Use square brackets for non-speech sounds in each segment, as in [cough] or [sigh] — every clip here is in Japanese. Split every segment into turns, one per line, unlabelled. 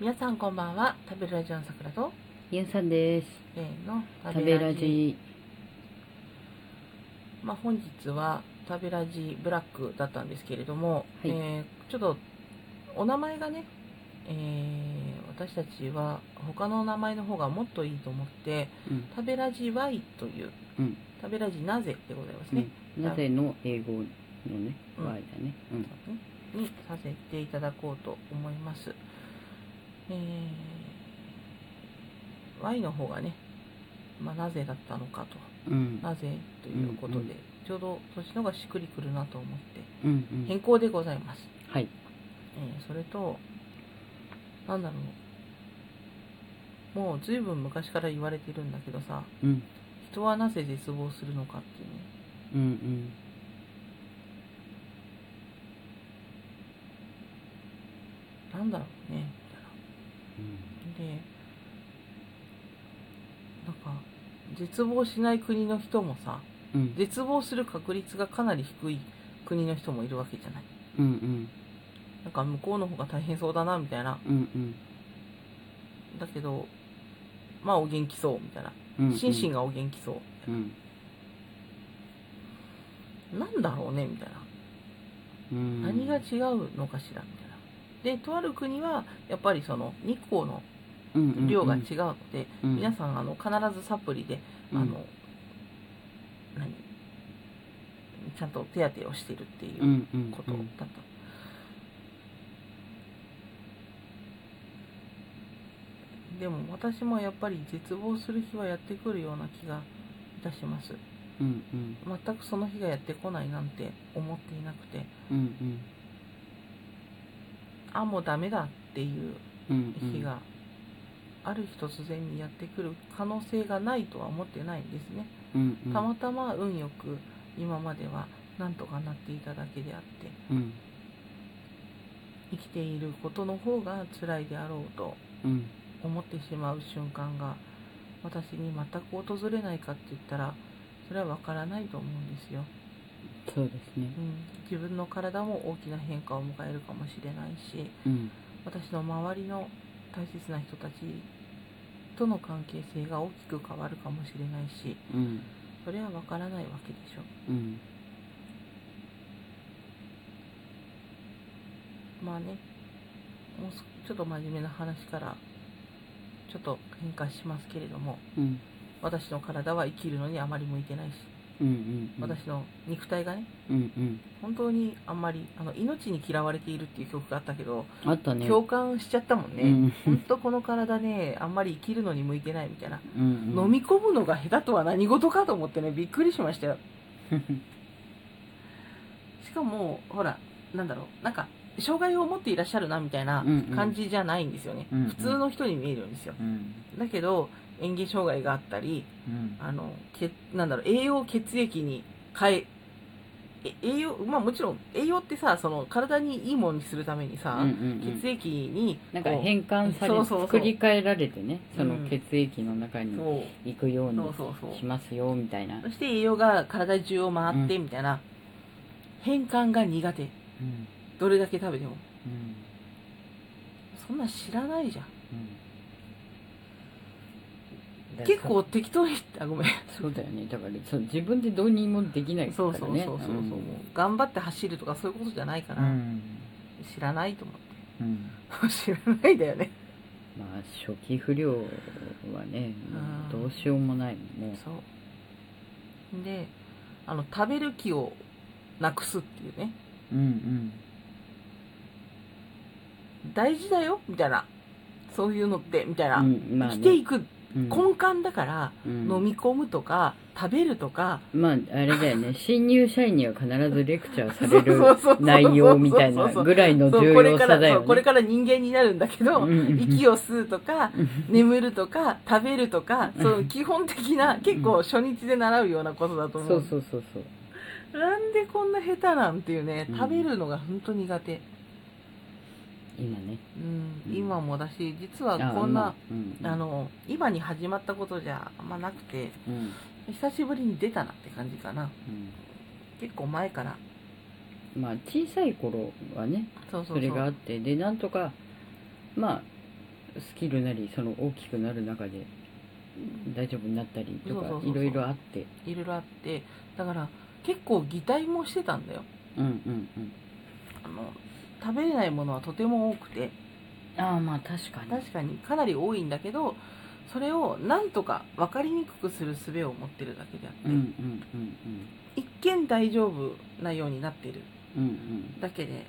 皆さんこんばんは食べるラジオの桜と
ゆうさんです。
せーの
食べラジ。
まあ、本日は食べラジブラックだったんですけれども、
い
えーちょっとお名前がね、えー私たちは他のお名前の方がもっといいと思って
うん
食べラジ Y という、
うん
食べラジなぜでございますね、
うん。なぜの英語のね、
うん
場合だね。うん。
にさせていただこうと思います。えー Y の方がね、まあ、なぜだったのかと、
うん。
なぜということで、
うんうん
ちょうどそっちの方がしっくりくるなと思って、
うんうん
変更でございます。
はい。
えーそれと、なんだろう、もうずいぶん昔から言われてるんだけどさ、
うん。
人はなぜ絶望するのかっていうね、
う
な
ん
んだろうね、みたいな。
うん。
でなんか絶望しない国の人もさ
うん。
絶望する確率がかなり低い国の人もいるわけじゃない
うんうん。
なんか向こうの方が大変そうだなみたいな
うんうん。
だけどまあお元気そうみたいな
うんうん。
心身がお元気そう
うん。
なんだろうねみたい
うん。
な何が違うのかしらみたいなでとある国はやっぱりその日光の量が違うので
うん。
皆さんあの必ずサプリであ
うん
の、何ちゃんと手当てをしているっていううん
うん。
ことだった、でも私もやっぱり絶望する日はやってくるような気がいたします
うんうん。
全くその日がやってこないなんて思っていなくて
うんうん。
あもうダメだっていう
うんうん。
日がある日突然にやってくる可能性がないとは思ってないんですね
うんうん。
たまたま運よく今まではなんとかなっていただけであって
うん
生きていることの方が辛いであろうと
うん。
思ってしまう瞬間が私に全く訪れないかって言ったらそれは分からないと思うんですよ、
そうですね
う。ん、自分の体も大きな変化を迎えるかもしれないし
うん。
私の周りの大切な人たちとの関係性が大きく変わるかもしれないし
うん。
それは分からないわけでしょ
うん。
まあね、もうすちょっと真面目な話からちょっと変化しますけれども
うん。
私の体は生きるのにあまり向いてないし
うんうん。
私の肉体がね
うんうん。
本当にあんまりあの命に嫌われているっていう曲があったけど、
あったね。
共感しちゃったもんね、
うん
本当この体ねあんまり生きるのに向いてないみたいな、
うんうん
飲み込むのが下手とは何事かと思ってねびっくりしましたよしかもほらなんだろうなんか障害を持っていらっしゃるなみたいな感じじゃないんですよね、
うんうん
普通の人に見えるんですよ
うん
だけど嚥下障害があったり
うん
あのけなんだろう栄養を血液に変ええ栄養まあもちろん栄養ってさその体にいいものにするためにさ、
うんうんうん
血液に
なんか
こう
変換され
そうそうそう
作り変えられてねそ
うん
の血液の中に
そう
行くように
そうそうそう
しますよみたいな
そして栄養が体中を回ってみたいな、変換が苦手
うん
どれだけ食べても
うん
そんなん知らないじゃん
うん
結構適当にあ
[laughs]
ごめん
そうだよねだからそう自分でどうにもできないか
そ
ら
う
ね
そうそうそうそう、
ん
頑張って走るとかそういうことじゃないか
う
ら、
ん
知らないと思って
う
[laughs]
ん
知らないだよね
まあ初期不良はねもうどうしようもないもう
そうであの食べる気をなくすっていうね
うんうん
大事だよみたいなそういうのってみたいな、
うんまあ
生き
ね
ていく
うん
根幹だから、
うん
飲み込むとか食べるとか
まあ、あれだよね。新入社員には必ずレクチャーさ
そうそうそう
れ
そう
る内容みたいなぐらいの
そう
重
これ
要
か
さ
ら、
だ
そ
よ
うこれ
ね。
から人間になるんだけど、
うんうんうん
息を吸うとか眠るとか食べるとかそう基本的な結構初日で習うようなことだと思う
そうそうそうそう。
なんでこんな下手なんていうね
うん
食べるのが本当苦手、
今ね。
うん
うん
今もだし実は
あ
こんな、
まあうん
あの今に始まったことじゃあんまなくて
うん
久しぶりに出たなって感じかな結構前から
うんまあ、小さい頃はね、
そうそうそう
それがあって、で、なんとか、まあ、スキルなりその大きくなる中で大丈夫になったりと
そうそうそう
か
そう
いろいろあって
いろいろあってだから結構擬態もしてたんだよ
うんうんうん
あの食べれないものはとても多くて
ああまあ確かに
確かにかなり多いんだけどそれをなんとか分かりにくくする術を持ってるだけであって、
うんうんうん
一見大丈夫なようになってる
うんうん
だけで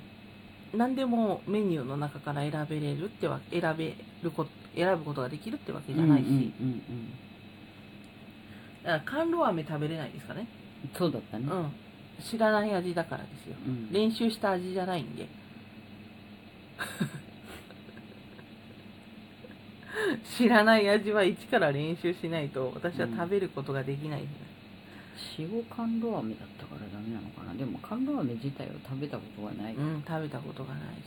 何でもメニューの中から選べれるってわ選べるこ選ぶことができるってわけ
うん
じゃないし、
うんうんうん
だから甘露飴食べれないですかね
うんそうだったね
うん知らない味だからですよ
うん
練習した味じゃないんで知らない味は一から練習しないと私は食べることができない、
塩甘露飴だったからダメなのかなでも甘露飴自体を食べたことがない、
う
うん
ん、食べたことがないし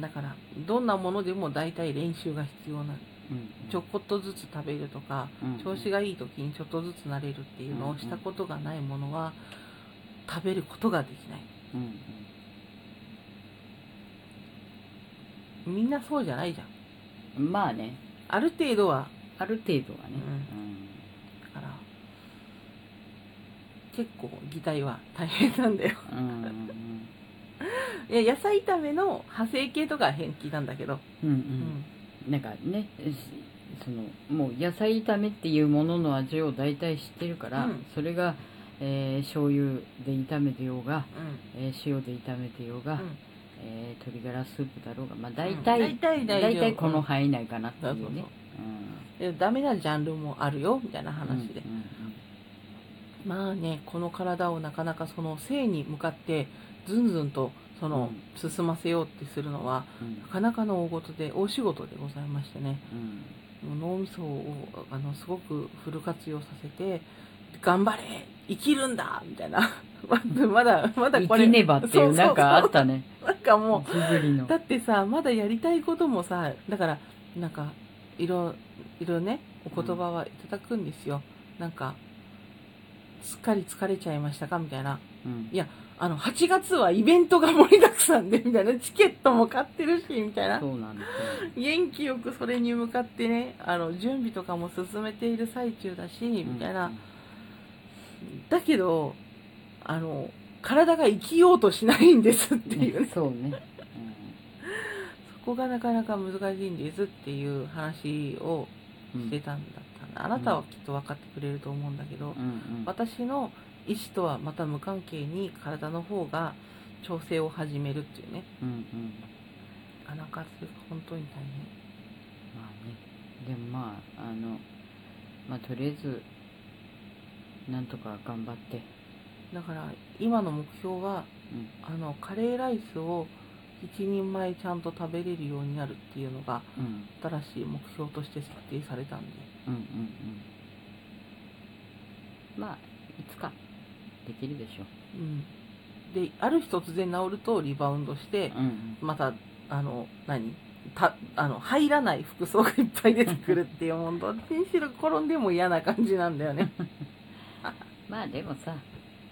だからどんなものでも大体練習が必要な
うん
ちょこっとずつ食べるとか
うん
調子がいい時にちょっとずつ慣れるっていうのをしたことがないものは食べることができない
うんうん
みんなそうじゃないじゃん
うんまあね
ある程度は
ある程度はね、
うだから結構擬態は大変なんだよ [laughs]
うんうん
いや野菜炒めの派生系とかは平気なんだけど、
うんう
うん
んなんかねしそのもう野菜炒めっていうものの味を大体知ってるから、
うん
それが、えー醤油で炒めてようが、
うん
えー塩で炒めてようが、
うん
えー鶏ガラスープだろうがまあ大
う
体、
ん大体大丈夫
大体この範囲内かなっていうね
そうそう
うん
でダメなジャンルもあるよみたいな話で
う、んうんうん
まあねこの体をなかなかその性に向かってずんずんとその、進ませようってするのは
うん
なかなかの大事で大仕事でございましてね
うん
もう脳みそをあのすごくフル活用させて頑張れ生きるんだみたいな [laughs] まだまだまだ
生きねばってい
そうう
なんかあ
そ
ったね
うそうなんかも
ジブリの
うだってさまだやりたいこともさだからなんかいろいろねお言葉はいただくんですよ、なんかすっかり疲れちゃいましたかみたいな
うん
あの8月はイベントが盛りだくさんでみたいなチケットも買ってるしみたいな
そうなんですよ
元気よくそれに向かってねあの準備とかも進めている最中だしみたいな、だけどあの体が生きようとしないんですって
うん
いうね、
ねそうね
そこがなかなか難しいんですっていう話を
うんうん
してたんだったな、あなたはきっと分かってくれると思うんだけど、
うんうん
私の意思とはまた無関係に体の方が調整を始めるっていうね
うんうん
あなんかそれが本当に大
まあねでもまああのまあとりあえずなんとか頑張って
変だから今の目標は
うん
あのカレーライスを一人前ちゃんと食べれるようになるっていうのが
うん
新しい目標として設定されたんで
うんうんうんまあいつかできるでしょ
うんである日突然治るとリバウンドして
う、うん
またあの何たあの入らない服装がいっぱい出てくるっていうもんどっちにしろ転んでも嫌な感じなんだよ
[laughs]
ね
まあでもさ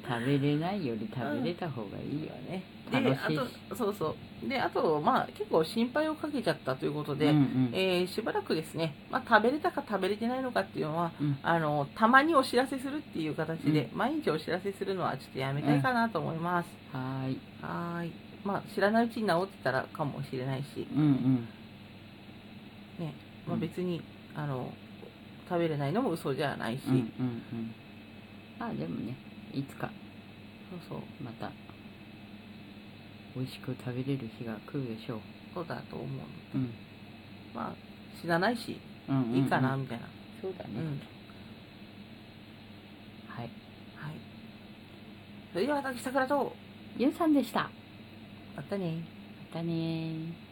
食べれないより食べれた方がいいよね
で
楽
あ
しいし
とそうそうであとまあ結構心配をかけちゃったということで、
うんうん
えーしばらくですね、まあ、食べれたか食べれてないのかっていうのは
うん
あのたまにお知らせするっていう形で、毎日お知らせするのはちょっとやめたいかなと思います、
はーい
はーいまあ知らないうちに治ってたらかもしれないし、
うんうん
ねま
う
あ、
ん
別に、あの食べれないのも嘘じゃないし、
うんうんうんまあでもねいつか
そうそう
また美味しく食べれる日が来るでしょう、
そうだと思う
うん、
まあ死なないし
うんうんうん
いいかなみたいな、
そうだね、
うん
はい
はいそれでは私さくらと
ゆうさんでしたま
またね
たねー